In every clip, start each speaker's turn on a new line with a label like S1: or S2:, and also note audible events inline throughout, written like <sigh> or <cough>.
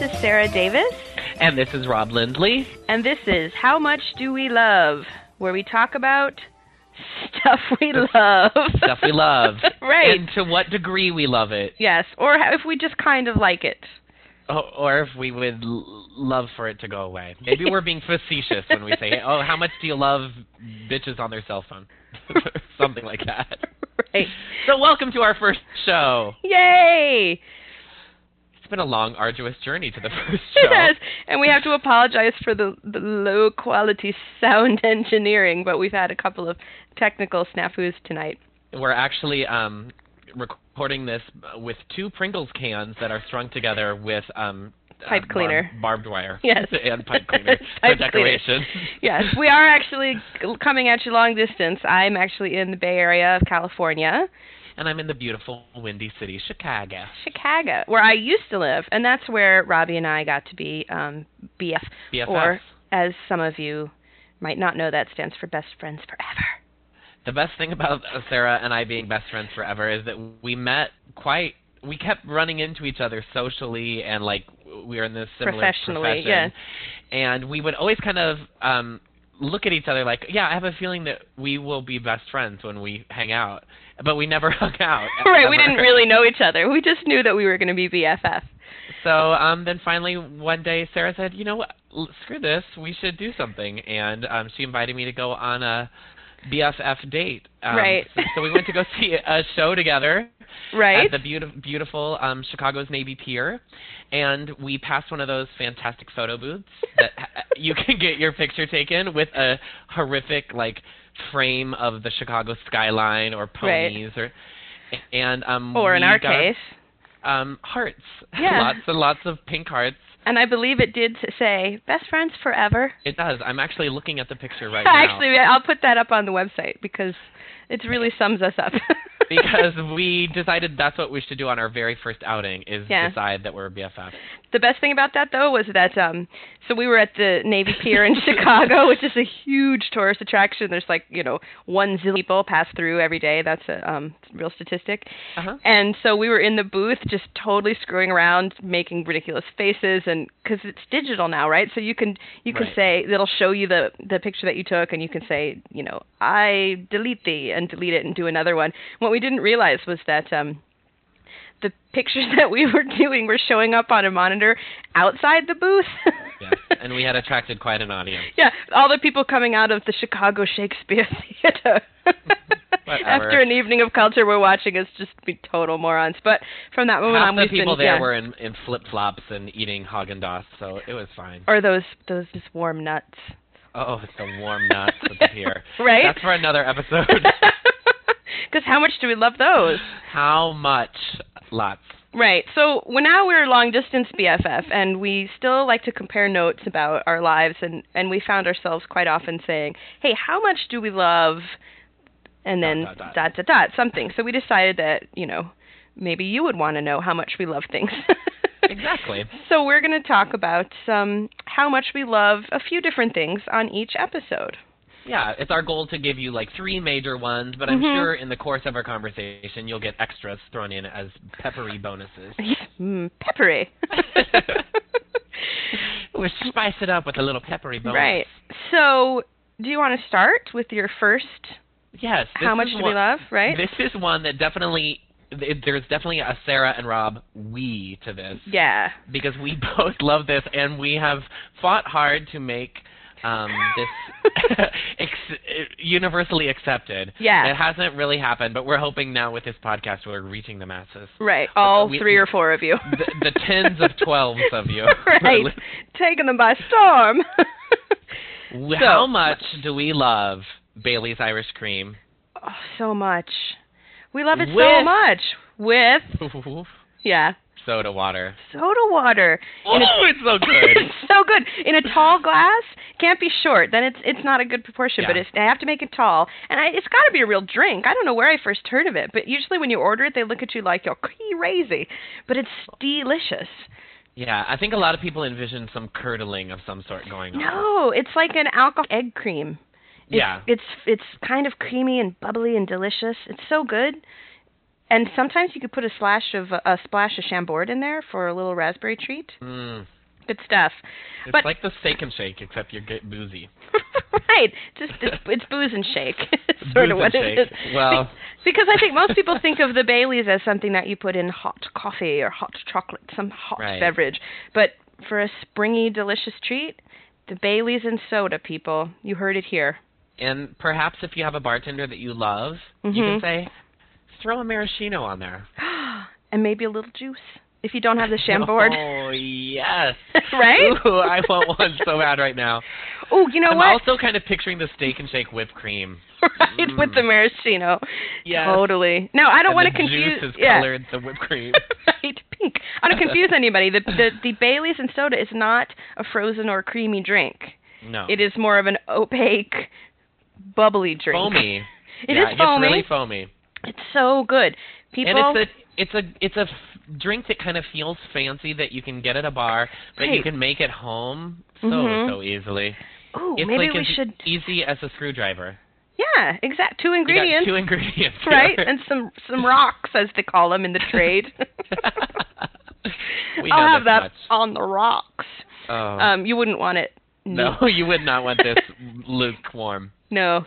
S1: is Sarah Davis.
S2: And this is Rob Lindley.
S1: And this is How Much Do We Love, where we talk about stuff we love.
S2: Stuff we love.
S1: <laughs> right.
S2: And to what degree we love it.
S1: Yes, or how- if we just kind of like it.
S2: O- Or if we would l- love for it to go away. Maybe we're being facetious when we
S1: <laughs>
S2: say, oh, how much do you love bitches on their cell phone? <laughs> Something like that.
S1: Right.
S2: So, welcome to our first show.
S1: Yay!
S2: It's been a long, arduous journey to the <laughs> first show.
S1: It has. And we have to apologize for the, the low quality <laughs> sound engineering, but we've had a couple of technical snafus tonight.
S2: We're actually um, recording this with two Pringles cans that are strung together with um, uh,
S1: Pipe cleaner.
S2: barb- barbed wire.
S1: Yes.
S2: <laughs> and pipe
S1: <laughs>
S2: cleaner for
S1: Pipe cleaner.
S2: decoration.
S1: Yes, we are actually coming at you long distance. I'm actually in the Bay Area of California,
S2: <laughs> And I'm in the beautiful windy city, Chicago.
S1: Chicago, where I used to live, and that's where Robbie and I got to be um, BF,
S2: BFF.
S1: or as some of you might not know, that stands for Best Friends Forever.
S2: the best thing about Sarah and I being best friends forever is that we met quite. We kept running into each other socially, and like we were in this similar
S1: Professionally,
S2: profession. And we would always kind of um, look at each other like, yeah, I have a feeling that we will be best friends when we hang out, but we never <laughs> hung
S1: <laughs>
S2: out.
S1: right, we
S2: ever.
S1: didn't really know each other. We just knew that we were going to be BFF.
S2: So um, then finally one day Sarah said, you know what, L- screw this, we should do something, and um, she invited me to go on a BFF date. Um,
S1: Right.
S2: So, so we went to go see a show together
S1: Right?
S2: at the beautiful, beautiful um, Chicago's Navy Pier, and we passed one of those fantastic photo booths that <laughs> ha- you can get your picture taken with a horrific like frame of the Chicago skyline or
S1: Right.
S2: ponies or. And
S1: <laughs>
S2: um,
S1: or in
S2: we
S1: our
S2: got
S1: case.
S2: um, hearts. <laughs>
S1: Yeah.
S2: lots and lots of pink hearts.
S1: And I believe it did s- say Best Friends Forever.
S2: It does. I'm actually looking at the
S1: <laughs>
S2: picture right now.
S1: Actually, yeah, I'll put that up on the website because it really sums us up. <laughs>
S2: Because we decided that's what we should do on our very first outing is
S1: Yeah.
S2: decide that we're BFF.
S1: the best thing about that though was that um so we were at the Navy Pier in Chicago, which is a huge tourist attraction. There's like, you know, 1 zillion people pass through every day. That's a um real statistic.
S2: Uh-huh.
S1: And so we were in the booth just totally screwing around, making ridiculous faces and cuz it's digital now, right? So you can you can
S2: Right.
S1: say it'll show you the the picture that you took and you can say, you know, I delete thee and delete it and do another one. What we didn't realize was that um the pictures <laughs> that we were doing were showing up on a monitor outside the booth.
S2: Yes. and we had attracted quite
S1: <laughs>
S2: an audience.
S1: Yeah, all the people coming out of the Chicago Shakespeare <laughs> Theater. After
S2: Whatever.
S1: an evening of culture, we're watching us just be total morons. But from that moment
S2: Half
S1: on,
S2: the
S1: we've
S2: people
S1: been
S2: there
S1: yeah,
S2: were in, in flip flops and eating Haagen Dazs, so it was fine.
S1: or those those just warm nuts,
S2: Oh, it's the warm nuts at the pier.
S1: <laughs> right?
S2: That's for another episode.
S1: Because how much do we love <laughs> those?
S2: How much? Lots.
S1: Right. So well, now we're long distance BFF, and we still like to compare notes about our lives, and and we found ourselves quite often saying, "Hey, how much do we love?" And then
S2: Dot, dot,
S1: dot dot, something. So we decided that you know maybe you would want to know how much we love things. <laughs>
S2: Exactly.
S1: So we're going to talk about um, how much we love a few different things on each episode. <laughs>
S2: Yeah, it's our goal to give you like three major ones, but I'm
S1: Mhm.
S2: sure in the course of our conversation you'll get extras thrown in as
S1: <laughs>
S2: peppery bonuses.
S1: mm,
S2: <laughs>
S1: peppery. <laughs>
S2: we spice it up with a little peppery bonus.
S1: Right. So, do you want to start with your first?
S2: Yes. this
S1: how much
S2: is
S1: do we
S2: one-
S1: love? Right.
S2: This is one that definitely th- there's definitely a Sarah and Rob we to this
S1: yeah.
S2: because we <laughs> both love this and we have fought hard to make um,
S1: <laughs>
S2: this ex- universally accepted.
S1: Yeah.
S2: It hasn't really happened, but we're hoping now with this podcast we're reaching the masses.
S1: Right. All
S2: we-
S1: three or four of you.
S2: The, <laughs> the tens of twelves of you.
S1: <laughs> right. Taking them by storm. <laughs>
S2: How much do we love Bailey's Irish Cream? <laughs>
S1: oh, so much. We love it so
S2: With-
S1: much. With yeah,
S2: Soda water.
S1: soda water.
S2: Oh,
S1: And it's-
S2: it's so
S1: it's <laughs>
S2: good.
S1: so good in a tall glass. Can't be short. Then it's it's not a good proportion. But
S2: Yeah.
S1: it's, I have to make it tall, and I, it's got to be a real drink. I don't know where I first heard of it, but usually when you order it, they look at you like you're crazy. But it's delicious.
S2: yeah, I think a lot of people envision some curdling of some sort going on.
S1: No, it's like an alcohol egg cream. It's,
S2: Yeah.
S1: It's it's kind of creamy and bubbly and delicious. It's so good. And sometimes you could put a slash of a splash of Chambord in there for a little raspberry treat.
S2: Mm,
S1: Good stuff.
S2: It's
S1: But-
S2: like the steak and shake, except you get boozy.
S1: right. Just it's, it's booze and shake. <laughs> is <laughs> sort
S2: Booze
S1: of what
S2: and
S1: it
S2: shake.
S1: is.
S2: Well-
S1: Be- <laughs> because I think most people think of the Baileys as something that you put in hot coffee or hot chocolate, some hot
S2: Right.
S1: beverage. But for a springy, delicious treat, the Baileys and soda, people. You heard it here.
S2: <laughs>
S1: <gasps>
S2: And perhaps if you have a bartender that you love, you
S1: Mhm.
S2: can say, throw a maraschino on there.
S1: and maybe a little juice if you don't have
S2: <laughs>
S1: the Chambord.
S2: Oh yes.
S1: <laughs> Right?
S2: Ooh, I want one so bad right now.
S1: Oh, you know
S2: I'm
S1: what?
S2: also kind of picturing the steak and shake whipped cream.
S1: right with the
S2: Mm.
S1: maraschino.
S2: Yes.
S1: Totally. No, I don't
S2: and
S1: want
S2: the
S1: to confuse.
S2: Juice is
S1: yeah.
S2: colored the whipped cream.
S1: <laughs> right, pink. I don't confuse anybody. The, the the Bailey's and soda is not a frozen or creamy drink.
S2: No.
S1: It is more of an opaque, bubbly drink.
S2: foamy.
S1: <laughs> It is
S2: yeah,
S1: foamy.
S2: It's really foamy.
S1: It's so good. People.
S2: And it's a it's a it's a f- drink that kind of feels fancy that you can get at a bar that you
S1: Right.
S2: can make at home so
S1: Mhm.
S2: so easily.
S1: Ooh,
S2: it's
S1: maybe
S2: like
S1: we
S2: as
S1: should.
S2: easy as a screwdriver.
S1: Yeah, exact. Two ingredients,
S2: You got two
S1: <laughs>
S2: ingredients. here.
S1: right? And some some rocks, as they call them in the trade.
S2: <laughs> we
S1: I'll
S2: know
S1: have
S2: this
S1: that
S2: much.
S1: on the rocks.
S2: Oh.
S1: Um, you wouldn't want it.
S2: <laughs>
S1: <laughs>
S2: no, you would not want this lukewarm.
S1: No.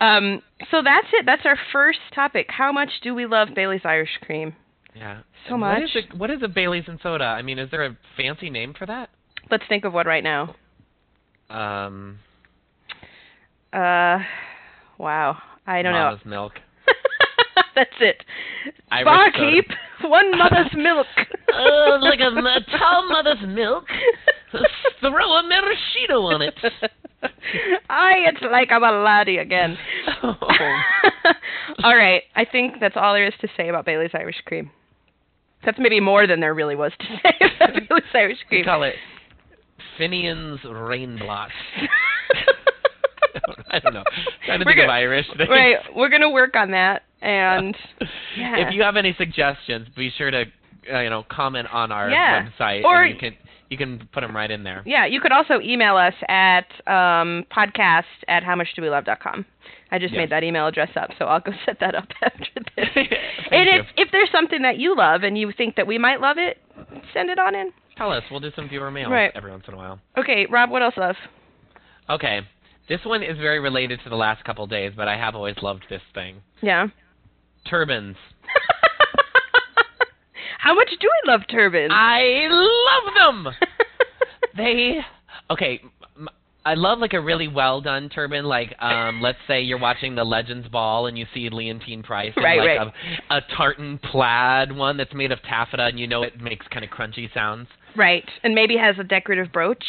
S1: Um, so that's it. That's our first topic. How much do we love Bailey's Irish Cream?
S2: Yeah.
S1: So
S2: What is
S1: much.
S2: a, what is a Bailey's and soda? I mean, is there a fancy name for that?
S1: Let's think of one right now.
S2: Um,
S1: Uh, wow. I don't
S2: Mama's milk.
S1: know. <laughs> that's it.
S2: Irish
S1: Barkeep, one <laughs>
S2: <laughs>
S1: mother's milk.
S2: Oh, like a
S1: <laughs>
S2: m- a tall mother's milk. Throw a maraschino
S1: <laughs>
S2: on it.
S1: I, it's like I'm a laddie again.
S2: <laughs> Oh.
S1: <laughs> all right. I think that's all there is to say about Bailey's Irish Cream. That's maybe more than there really was to <laughs> say
S2: <laughs>
S1: about Bailey's Irish
S2: We
S1: Cream. <laughs>
S2: call it Finian's Rainblot. I don't know. Trying to
S1: We're
S2: think
S1: gonna-
S2: of Irish things.
S1: Right, we're gonna work on that,
S2: <laughs>
S1: and yeah.
S2: If you have any suggestions, be sure to uh, you know comment on our
S1: Yeah.
S2: website,
S1: Or-
S2: and you can you can put them right in there.
S1: yeah, you could also email us at um, podcast at howmuchdowelove.com. I just
S2: Yeah.
S1: made that email address up, so I'll go set that up <laughs> after this.
S2: Thank
S1: and
S2: you.
S1: if if there's something that you love and you think that we might love it, send it on in.
S2: Tell us. We'll do some viewer mail
S1: Right.
S2: every once in a while.
S1: Okay, Rob, what else love?
S2: Okay. This one is very related to the last couple days, but I have always loved this thing.
S1: Yeah.
S2: Turbans.
S1: <laughs> How much do I love turbans?
S2: I love
S1: <laughs>
S2: them. they okay. m- I love like a really well done turban. Like, um, let's say you're watching the Legends Ball and you see Leontine Price in
S1: Right,
S2: like
S1: right.
S2: A, a tartan plaid one that's made of taffeta, and you know it makes kind of crunchy sounds,
S1: right, and maybe has a decorative brooch.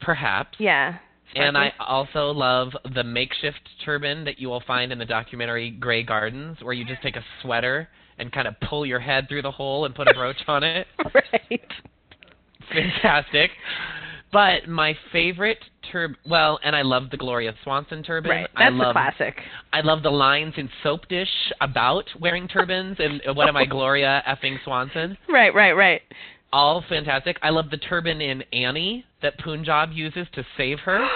S2: perhaps.
S1: Yeah.
S2: And I
S1: Sparkly.
S2: also love the makeshift turban that you will find in the documentary Grey Gardens, where you just take a sweater and kind of pull your head through the hole and put a brooch on it.
S1: <laughs> right.
S2: <laughs> fantastic. But my favorite turb well, and I love the Gloria Swanson turban.
S1: Right.
S2: I
S1: That's
S2: love
S1: the classic.
S2: I love the lines in Soap Dish about wearing turbans
S1: <laughs>
S2: and uh, what am I Gloria effing Swanson?
S1: Right, right, right.
S2: All fantastic. I love the turban in Annie that Punjab uses to save her.
S1: <gasps>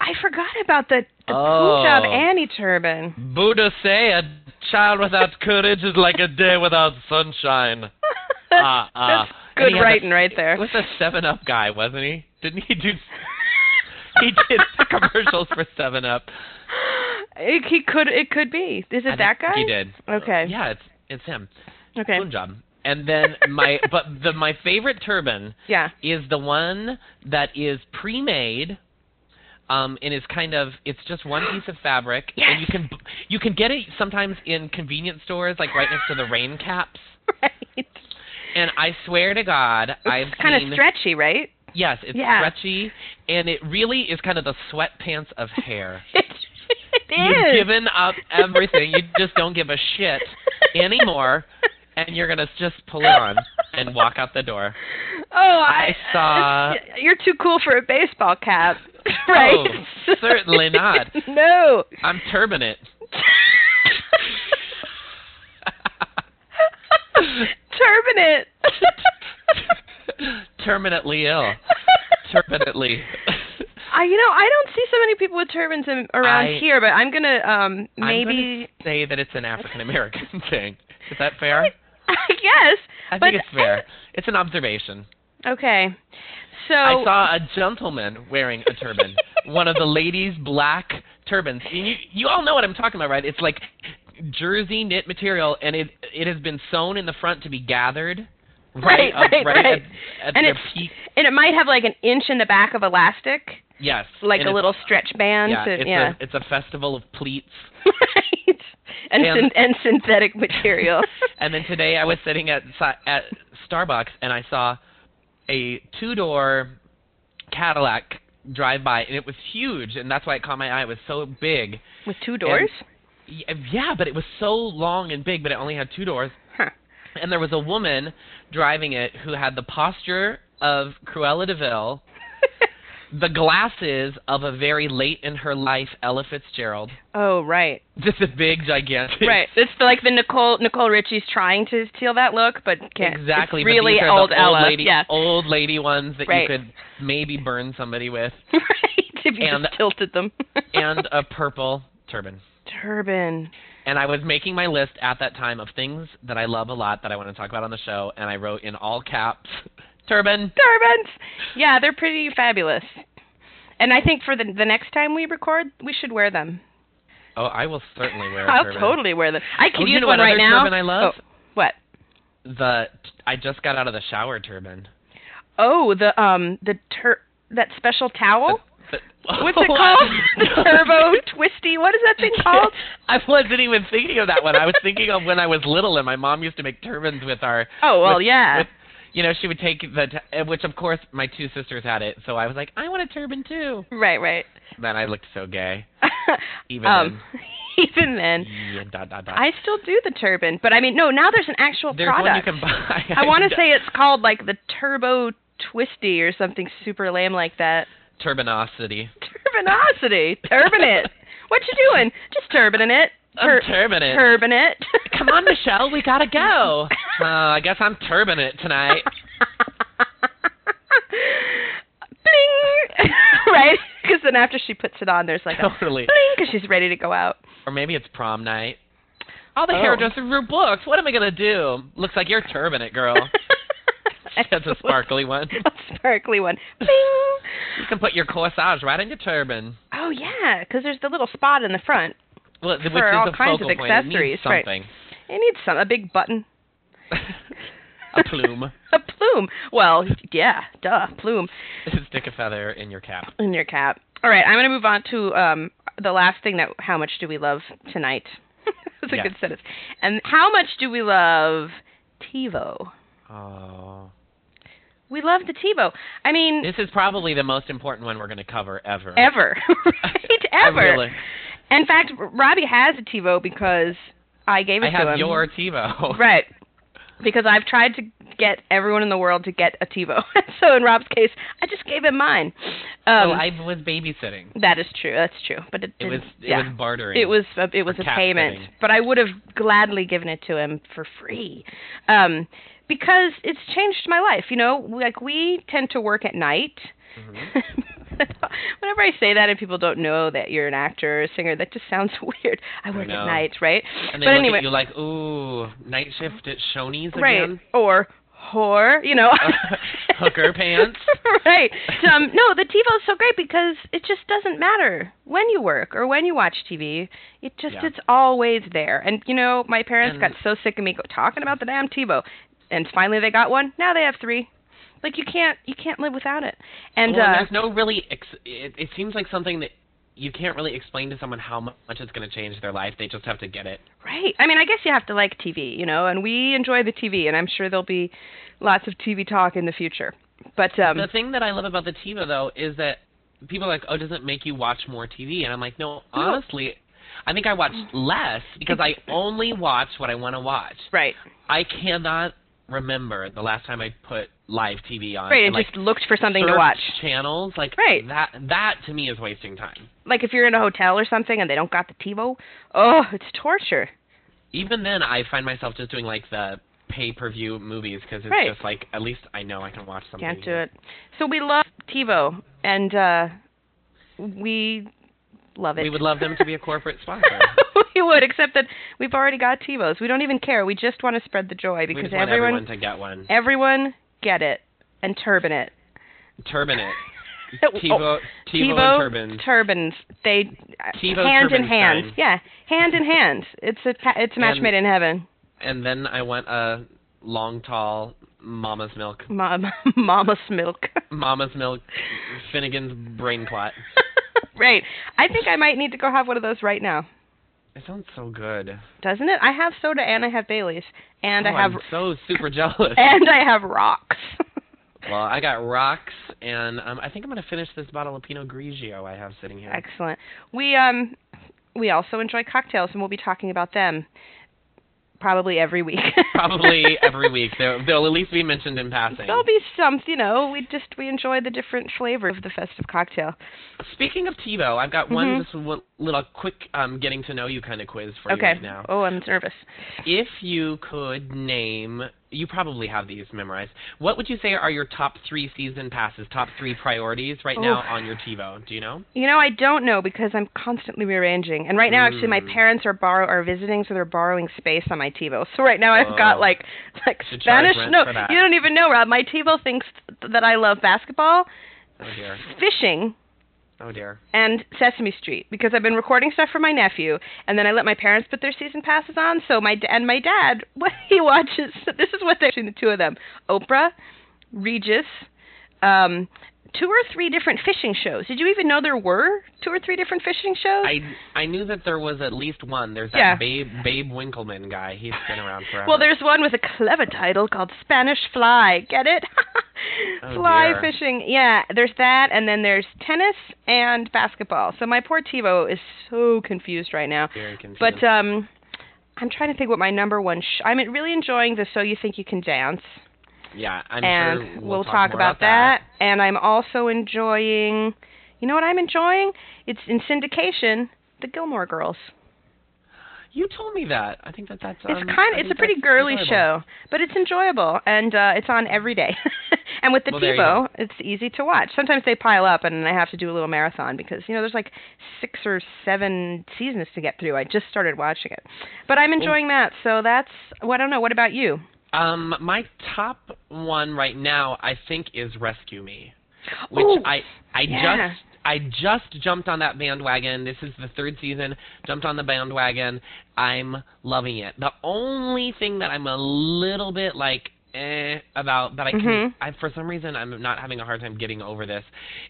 S1: I forgot about the, the
S2: Oh.
S1: Punjab Annie turban.
S2: Buddha say a child without courage is like a day without sunshine.
S1: that's,
S2: Ah, ah.
S1: <laughs> that's
S2: And he
S1: good
S2: had a-
S1: writing right there.
S2: It was a seven up guy, wasn't he? Didn't he do <laughs> he did the commercials for seven up.
S1: <laughs> It, he could. It could be. Is it
S2: I
S1: that
S2: think
S1: guy?
S2: He did.
S1: Okay.
S2: Yeah, it's it's him.
S1: Okay.
S2: Punjab. And then
S1: <laughs>
S2: my but the my favorite turban
S1: Yeah. <laughs>
S2: is the one that is pre-made. Um, and is kind of it's just one piece of fabric, and you
S1: Yes.
S2: can you can get it sometimes in convenience stores, like right next to the rain caps.
S1: Right.
S2: And I swear to God, I've
S1: It's kind
S2: seen
S1: of stretchy, right? <laughs>
S2: yes, it's
S1: Yeah.
S2: stretchy, and it really is kind of the sweatpants of hair.
S1: It, it
S2: You've
S1: is.
S2: given up everything. you just don't give a shit anymore, and you're gonna just pull it on and walk out the door.
S1: <laughs> Oh, I,
S2: I saw-
S1: <laughs> You're too cool for a baseball cap, <laughs> right?
S2: Oh, certainly not.
S1: <laughs>
S2: <laughs>
S1: no.
S2: I'm
S1: <laughs>
S2: turbing it.
S1: Turban
S2: <laughs>
S1: it.
S2: Terminately ill. Terminately.
S1: <laughs> I, you know, I don't see so many people with turbans in, around
S2: I-
S1: here, but I'm gonna um
S2: I'm gonna
S1: maybe
S2: say that it's an
S1: <laughs>
S2: African American thing. Is that fair?
S1: I guess.
S2: I
S1: but
S2: think it's fair. It's an observation.
S1: Okay. So
S2: I saw a gentleman wearing a
S1: <laughs>
S2: turban, one of the ladies' black turbans. And you, you all know what I'm talking about, right? It's like jersey knit material, and it it has been sewn in the front to be gathered
S1: Right,
S2: up,
S1: right, right.
S2: at, at
S1: And
S2: their
S1: it's-
S2: peak.
S1: and it might have like an inch in the back of elastic,
S2: Yes,
S1: like
S2: and
S1: a
S2: it's-
S1: little stretch band.
S2: Yeah,
S1: to-
S2: it's
S1: yeah.
S2: a it's a festival of pleats.
S1: <laughs> right. And
S2: And-
S1: syn- and synthetic <laughs> material.
S2: <laughs> and then today I was sitting at si- at Starbucks and I saw a two-door Cadillac drive by and it was huge and that's why it caught my eye. It was so big.
S1: <laughs> With two doors?
S2: Y- uh, Yeah, but it was so long and big, but it only had two doors.
S1: Huh. <laughs>
S2: And there was a woman driving it who had the posture of Cruella de Vil, the glasses of a very late in her life Ella Fitzgerald, <laughs>
S1: oh, right.
S2: just a big gigantic.
S1: Right. It's the- like the Nicole Nicole Richie's trying to steal that look, but can't. It's
S2: Exactly. but
S1: really
S2: these are
S1: old
S2: the
S1: Ella.
S2: old lady,
S1: yeah.
S2: old lady ones that
S1: Right.
S2: you could maybe burn
S1: <laughs>
S2: somebody with,
S1: <laughs> right. If you
S2: And-
S1: just tilted them.
S2: and a purple turban.
S1: <laughs> turban.
S2: And I was making my list at that time of things that I love a lot that I want to talk about on the show, and I wrote in all caps, turban.
S1: Turbans. Yeah, they're pretty fabulous. And I think for the the next time we record, we should wear them.
S2: Oh, I will certainly wear a
S1: I'll
S2: turban.
S1: Oh, totally wear them. I could
S2: Oh,
S1: use
S2: you know
S1: one
S2: what
S1: right
S2: other
S1: now.
S2: turban I love?
S1: Oh, what?
S2: The I just got out of the shower turban.
S1: Oh, the um the tur that special
S2: <laughs>
S1: towel.
S2: The-
S1: Oh.
S2: Oh,
S1: What's it
S2: <laughs>
S1: called? <laughs> the turbo twisty. What is that thing called?
S2: I wasn't even thinking of that one. I was thinking of when I was little and my mom used to make turbans with our
S1: Oh well,
S2: with-
S1: yeah.
S2: with- you know, she would take the, t- eh, which of course my two sisters had it, so I was like, I want a turban too.
S1: right, right. <laughs>
S2: Then I looked so gay. Even
S1: um, <laughs> even
S2: then.
S1: then,
S2: Yeah, dot, dot, dot.
S1: I still do the turban, but I mean, no. Now there's an actual
S2: There's
S1: product.
S2: one you can buy. <laughs>
S1: I want to say it's called like the turbo twisty or something super lame like that. <laughs>
S2: turbinosity.
S1: Turbinosity. Turbin
S2: <laughs>
S1: it. What you doing? Just turbining it. Tur-
S2: I'm turbin it.
S1: turbin it.
S2: Come on, Michelle, we gotta go.
S1: <laughs>
S2: Uh, I guess I'm turbin it tonight.
S1: Bling. <laughs> right? Because then after she puts it on, there's like a
S2: totally.
S1: bling because she's ready to go out.
S2: Or maybe it's prom night. All the
S1: Oh.
S2: hairdressers are booked. What am I gonna do? Looks like you're turbin it, girl.
S1: <laughs>
S2: That's a sparkly one.
S1: A sparkly one. Bling.
S2: You can put your corsage right on your turban.
S1: Oh yeah, because there's the little spot in the front.
S2: Well, th-
S1: For
S2: which is
S1: all
S2: the
S1: kinds of
S2: focal point. It means
S1: accessories, right.
S2: something.
S1: It needs some a big button. <laughs>
S2: a plume.
S1: a plume. Well, yeah, duh, plume
S2: Stick a feather in your cap.
S1: in your cap. All right, I'm going to move on to um, the last thing that how much do we love tonight? <laughs> That's a
S2: Yeah.
S1: good sentence. And how much do we love TiVo?
S2: Oh.
S1: We love the TiVo. I mean,
S2: This is probably the most important one we're going to cover ever.
S1: ever, <laughs> right?
S2: <laughs> I
S1: Ever.
S2: really-
S1: In fact, Robbie has a TiVo because I gave it
S2: I
S1: to
S2: have
S1: him.
S2: your TiVo. <laughs>
S1: Right. Because I've tried to get everyone in the world to get a TiVo. <laughs> so in Rob's case, I just gave him mine. Um,
S2: oh, I was babysitting.
S1: that is true. That's true. But it,
S2: It
S1: didn't-
S2: was it
S1: yeah.
S2: was bartering.
S1: It was a, it was
S2: for
S1: a
S2: cat
S1: payment,
S2: sitting.
S1: but I would have gladly given it to him for free, um, because it's changed my life. You know, like we tend to work at night.
S2: Mhm.
S1: <laughs> Whenever I say that and people don't know that you're an actor or a singer, that just sounds <laughs> weird. I work at
S2: know.
S1: night, right?
S2: And they
S1: but
S2: look
S1: anyway,
S2: at you like, ooh, night shift at Shoney's
S1: right
S2: again.
S1: or whore you know
S2: Uh,
S1: <laughs>
S2: Hooker pants. <laughs>
S1: right so, um no the tivo's so great because it just doesn't matter when you work or when you watch tv it just
S2: Yeah.
S1: it's always there and you know my parents
S2: And-
S1: got so sick of me go- talking about the damn tivo and finally they got one now they have three like you can't you can't live without it and
S2: well,
S1: uh
S2: there's no really. Ex- it, it seems like something that you can't really explain to someone how mu- much it's going to change their life. They just have to get it.
S1: Right. I mean, I guess you have to like TV, you know, and we enjoy the TV, and I'm sure there'll be lots of TV talk in the future. But um,
S2: the thing that I love about the TiVo though is that people are like, "Oh, does it make you watch more TV?" And I'm like, "No, honestly, I think I watch less because I only watch what I want to watch.
S1: right,
S2: I cannot remember the last time I put live TV on.
S1: right,
S2: and,
S1: and
S2: like,
S1: just looked for something to
S2: search
S1: watch.
S2: Channels like
S1: Right.
S2: that. That to me is wasting time.
S1: like if you're in a hotel or something and they don't got the TiVo, oh, it's torture.
S2: Even then, I find myself just doing like the pay-per-view movies because it's
S1: Right.
S2: just like at least I know I can watch something.
S1: Can't do it. So we love TiVo, and uh, we love it.
S2: We would love them to be
S1: <laughs>
S2: a corporate sponsor.
S1: we would, except that we've already got TiVos. We don't even care. We just want to spread the joy
S2: we
S1: because
S2: just want
S1: everyone,
S2: everyone to get one.
S1: everyone, get it. and turban it.
S2: Turban it.
S1: <laughs> Oh,
S2: TiVo, TiVo,
S1: TiVo
S2: and turbans.
S1: turbans. They uh,
S2: TiVo
S1: hand in
S2: turban
S1: hand.
S2: sign.
S1: Yeah, hand in hand. It's a pa- it's a match
S2: And-
S1: made in heaven.
S2: and then I went uh, long, tall, mama's milk.
S1: Mom, <laughs> mama's milk.
S2: Mama's milk, Finnegan's brain clot.
S1: <laughs> right. I think I might need to go have one of those right now.
S2: It sounds so good.
S1: Doesn't it? I have soda and I have Bailey's and
S2: Oh,
S1: I have
S2: I'm so super jealous.
S1: <laughs> and I have rocks.
S2: well, I got rocks, and um, I think I'm gonna finish this bottle of Pinot Grigio I have sitting
S1: <laughs>
S2: here.
S1: Excellent. We um we also enjoy cocktails and we'll be talking about them probably every week. <laughs>
S2: Probably every week. They'll, they'll at least be mentioned in passing.
S1: There'll be some, you know, we just we enjoy the different flavor of the festive cocktail.
S2: Speaking of TiVo, I've got
S1: Mhm.
S2: one just one little quick um, getting to know you kind of quiz for
S1: okay.
S2: you right now.
S1: Oh, I'm nervous.
S2: If you could name, you probably have these memorized. What would you say are your top three season passes, top three priorities right now
S1: Oh.
S2: on your TiVo? Do you know?
S1: You know, I don't know because I'm constantly rearranging. And right now, actually, my
S2: Mm.
S1: parents are borrow are visiting, so they're borrowing space on my TiVo. So right now, I've got
S2: Oh.
S1: like <laughs> like
S2: Should charge
S1: Spanish.
S2: rent
S1: No,
S2: for that.
S1: you don't even know, Rob. My TiVo thinks th- that I love basketball,
S2: Oh dear.
S1: fishing,
S2: Oh dear.
S1: and Sesame Street because I've been recording stuff for my nephew, and then I let my parents put their season passes on. So my da- and my dad, <laughs> what he watches. <laughs> So this is what they're watching, the two of them: Oprah, Regis, um, two or three different fishing shows. Did you even know there were two or three different fishing shows?
S2: I <laughs> I knew that there was at least one. There's that
S1: Yeah.
S2: Babe Babe Winkleman guy. He's been around forever.
S1: Well, there's one with a clever title called Spanish Fly. Get it? <laughs>
S2: Oh,
S1: Fly
S2: dear.
S1: fishing. Yeah, there's that, and then there's tennis and basketball. So my poor TiVo is so confused right now.
S2: very confused.
S1: But um, I'm trying to think what my number one. Sh- I'm really enjoying the "So You Think You Can Dance,"
S2: yeah, I'm
S1: and
S2: sure
S1: we'll,
S2: we'll,
S1: talk,
S2: more
S1: about, that. And I'm also enjoying. You know what I'm enjoying? It's in syndication. The Gilmore Girls.
S2: You told me that. I think that that's.
S1: It's
S2: um,
S1: kind
S2: I
S1: of it's a
S2: think
S1: pretty
S2: that's
S1: girly
S2: enjoyable.
S1: show, but it's enjoyable and uh it's on every day. <laughs> and with the
S2: Well, there you
S1: TiVo, it's easy to watch. Sometimes they pile up and I have to do a little marathon because you know there's like 6 or 7 seasons to get through. I just started watching it. But
S2: Oh.
S1: I'm enjoying that. So that's well, I don't know, what about you?
S2: Um, my top one right now, I think, is Rescue Me, which
S1: Ooh,
S2: I
S1: Oh,
S2: I
S1: yeah.
S2: just I just jumped on that bandwagon. This is the third season. Jumped on the bandwagon. I'm loving it. The only thing that I'm a little bit like eh about, but I can
S1: Mhm.
S2: I for some reason I'm not having a hard time getting over this,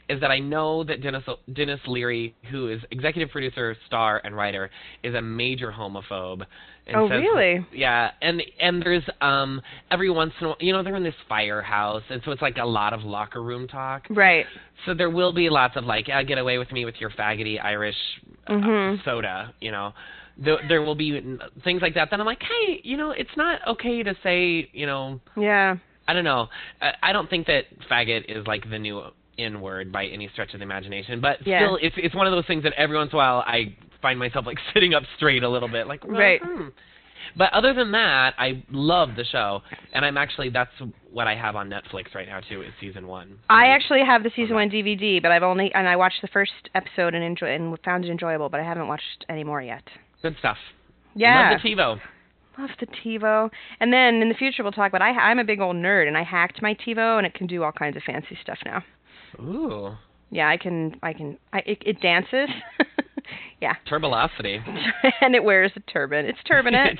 S2: is that I know that Dennis Dennis Leary, who is executive producer, star, and writer, is a major homophobe. And
S1: Oh,
S2: says-
S1: really?
S2: Yeah, and and there's um every once in a while, you know, they're in this firehouse, and so it's like a lot of locker room talk.
S1: Right.
S2: So there will be lots of like, yeah, get away with me with your faggoty Irish uh,
S1: Mhm.
S2: soda, you know. There, there will be n- things like that. Then I'm like, hey, you know, it's not okay to say, you know,
S1: Yeah.
S2: I don't know. I, I don't think that faggot is like the new N word by any stretch of the imagination, but
S1: Yeah.
S2: still, it's it's one of those things that every once in a while I find myself like <laughs> sitting up straight a little bit, like well,
S1: Right.
S2: hmm. But other than that, I love the show, and I'm actually that's what I have on Netflix right now too is season one.
S1: I actually have the season 1 DVD, but I've only and I watched the first episode and enjoy and found it enjoyable, but I haven't watched any more yet.
S2: good stuff.
S1: Yeah.
S2: Love the TiVo.
S1: Love the TiVo. And then in the future we'll talk about I I'm a big old nerd and I hacked my TiVo and it can do all kinds of fancy stuff now.
S2: Ooh,
S1: Yeah, I can I can I it, it dances. <laughs> yeah. <laughs>
S2: Turbolosity.
S1: and it wears a turban. It's
S2: <laughs>
S1: turbinate.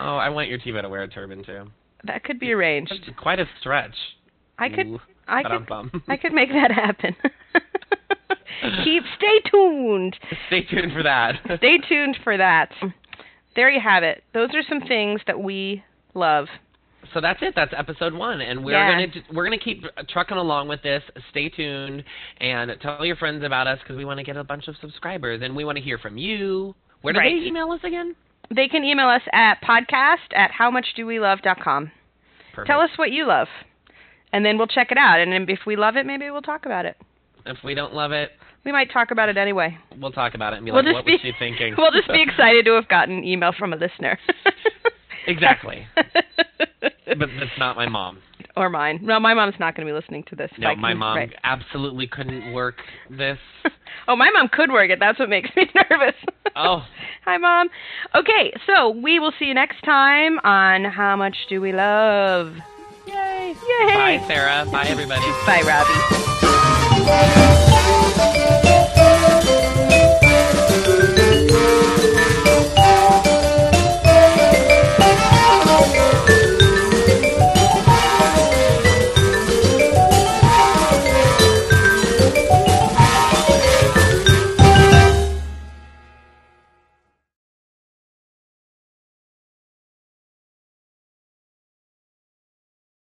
S2: oh, I want your TiVo to wear a turban too.
S1: that could be arranged.
S2: That's quite a stretch.
S1: I could
S2: Ooh,
S1: I could
S2: ba-dum-bum.
S1: I could make that happen. <laughs> Keep stay tuned.
S2: <laughs> Stay tuned for that.
S1: Stay tuned for that. There you have it. Those are some things that we love.
S2: so that's it. That's episode one, and we're
S1: Yeah.
S2: gonna ju- we're gonna keep trucking along with this. Stay tuned and tell your friends about us because we want to get a bunch of subscribers and we want to hear from you. Where do
S1: Right.
S2: they email us again?
S1: They can email us at podcast at howmuchdowelove.com.
S2: Perfect.
S1: Tell us what you love, and then we'll check it out. And if we love it, maybe we'll talk about it.
S2: if we don't love it,
S1: We might talk about it anyway.
S2: we'll talk about it and be
S1: We'll
S2: like,
S1: just
S2: "What
S1: be-
S2: was she thinking?"
S1: <laughs> We'll just
S2: <laughs>
S1: be excited to have gotten an email from a listener. <laughs>
S2: Exactly. but that's not my mom.
S1: or mine. No, my mom's not going to be listening to this. if I
S2: No, my
S1: can-
S2: mom
S1: right. <laughs>
S2: absolutely couldn't work this.
S1: Oh, my mom could work it. That's what makes me <laughs> nervous.
S2: Oh.
S1: <laughs> Hi, mom. Okay, so we will see you next time on How Much Do We Love.
S2: Yay! Yay!
S1: Bye, Sarah. Bye, everybody.
S2: Bye, Robbie.
S3: Thank you.